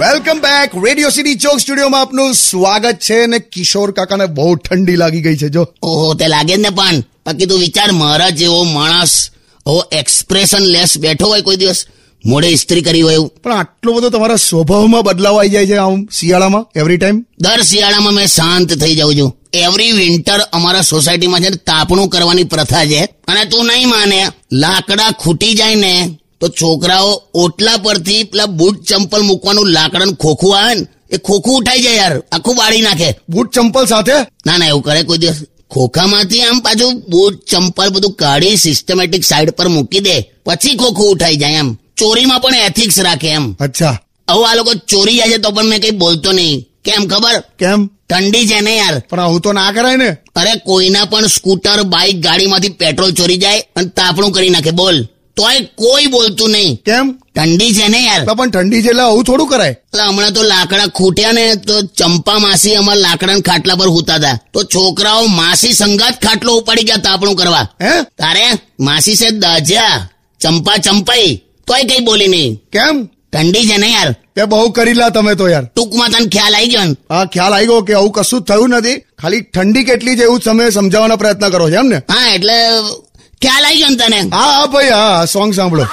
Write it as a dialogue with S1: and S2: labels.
S1: welcome back Radio City ચોક સ્ટુડિયોમાં આપનું સ્વાગત છે અને કિશોર કાકાને બહુ ઠંડી લાગી ગઈ છે જો
S2: ઓહો તે લાગે જ ને પણ બાકી તું વિચાર મારા જેવો માણસ હો એક્સપ્રેશન લેસ બેઠો હોય કોઈ દિવસ મોઢે ઇસ્ત્રી કરી હોય એવું
S1: પણ આટલો બધો તમારા સ્વભાવમાં બદલાવ આવી જાય છે આમ શિયાળામાં એવરી ટાઈમ
S2: દર શિયાળામાં મેં શાંત થઈ જાઉં છું એવરી વિન્ટર અમારા સોસાયટીમાં છે ને તાપણું કરવાની પ્રથા છે અને તું નહીં માને લાકડા ખૂટી જાય ને તો છોકરાઓ ઓટલા પરથી પેલા બૂટ ચંપલ મૂકવાનું લાકડાનું ખોખું આવે ને એ ખોખું ઉઠાઈ જાય યાર આખું બાળી નાખે
S1: બૂટ ચંપલ સાથે
S2: ના ના એવું કરે કોઈ દિવસ ખોખામાંથી આમ પાછું બૂટ ચંપલ બધું કાઢી સિસ્ટમેટિક સાઈડ પર મૂકી દે પછી ખોખું ઉઠાઈ જાય એમ ચોરીમાં પણ એથિક્સ રાખે એમ
S1: અચ્છા
S2: હવે આ લોકો ચોરી જાય છે તો પણ મેં કઈ બોલતો નહીં કેમ ખબર
S1: કેમ
S2: ઠંડી છે ને યાર
S1: પણ આવું તો ના કરાય ને
S2: અરે કોઈના પણ સ્કૂટર બાઇક ગાડીમાંથી પેટ્રોલ ચોરી જાય અને તાપણું કરી નાખે બોલ તોય કોઈ બોલતું નહીં
S1: કેમ
S2: ઠંડી છે ને યાર
S1: એટલે પણ ઠંડી છે એટલે આવું થોડું કરાય
S2: એટલે હમણાં તો લાકડા ખૂટ્યા ને તો ચંપા માસી અમારા લાકડાના ખાટલા પર હુતા હતા તો છોકરાઓ માસી સંગાત ખાટલો ઉપાડી ગયા તાપણું કરવા
S1: હે
S2: તારે માસી છે દાજ્યા ચંપા ચંપાઈ તોય કઈ બોલી નહીં
S1: કેમ
S2: ઠંડી છે ને યાર
S1: તે બહુ કરીલા તમે તો યાર
S2: ટૂંકમાં તને ખ્યાલ આવી ગયો ને
S1: હા ખ્યાલ આવી ગયો કે આવું કશું જ થયું નથી ખાલી ઠંડી કેટલી છે એવું તમે સમજાવવાનો પ્રયત્ન કરો છો એમ ને
S2: હા એટલે ખ્યાલ આવી ગયો ને તને
S1: હા હા ભાઈ હા સોંગ સાંભળો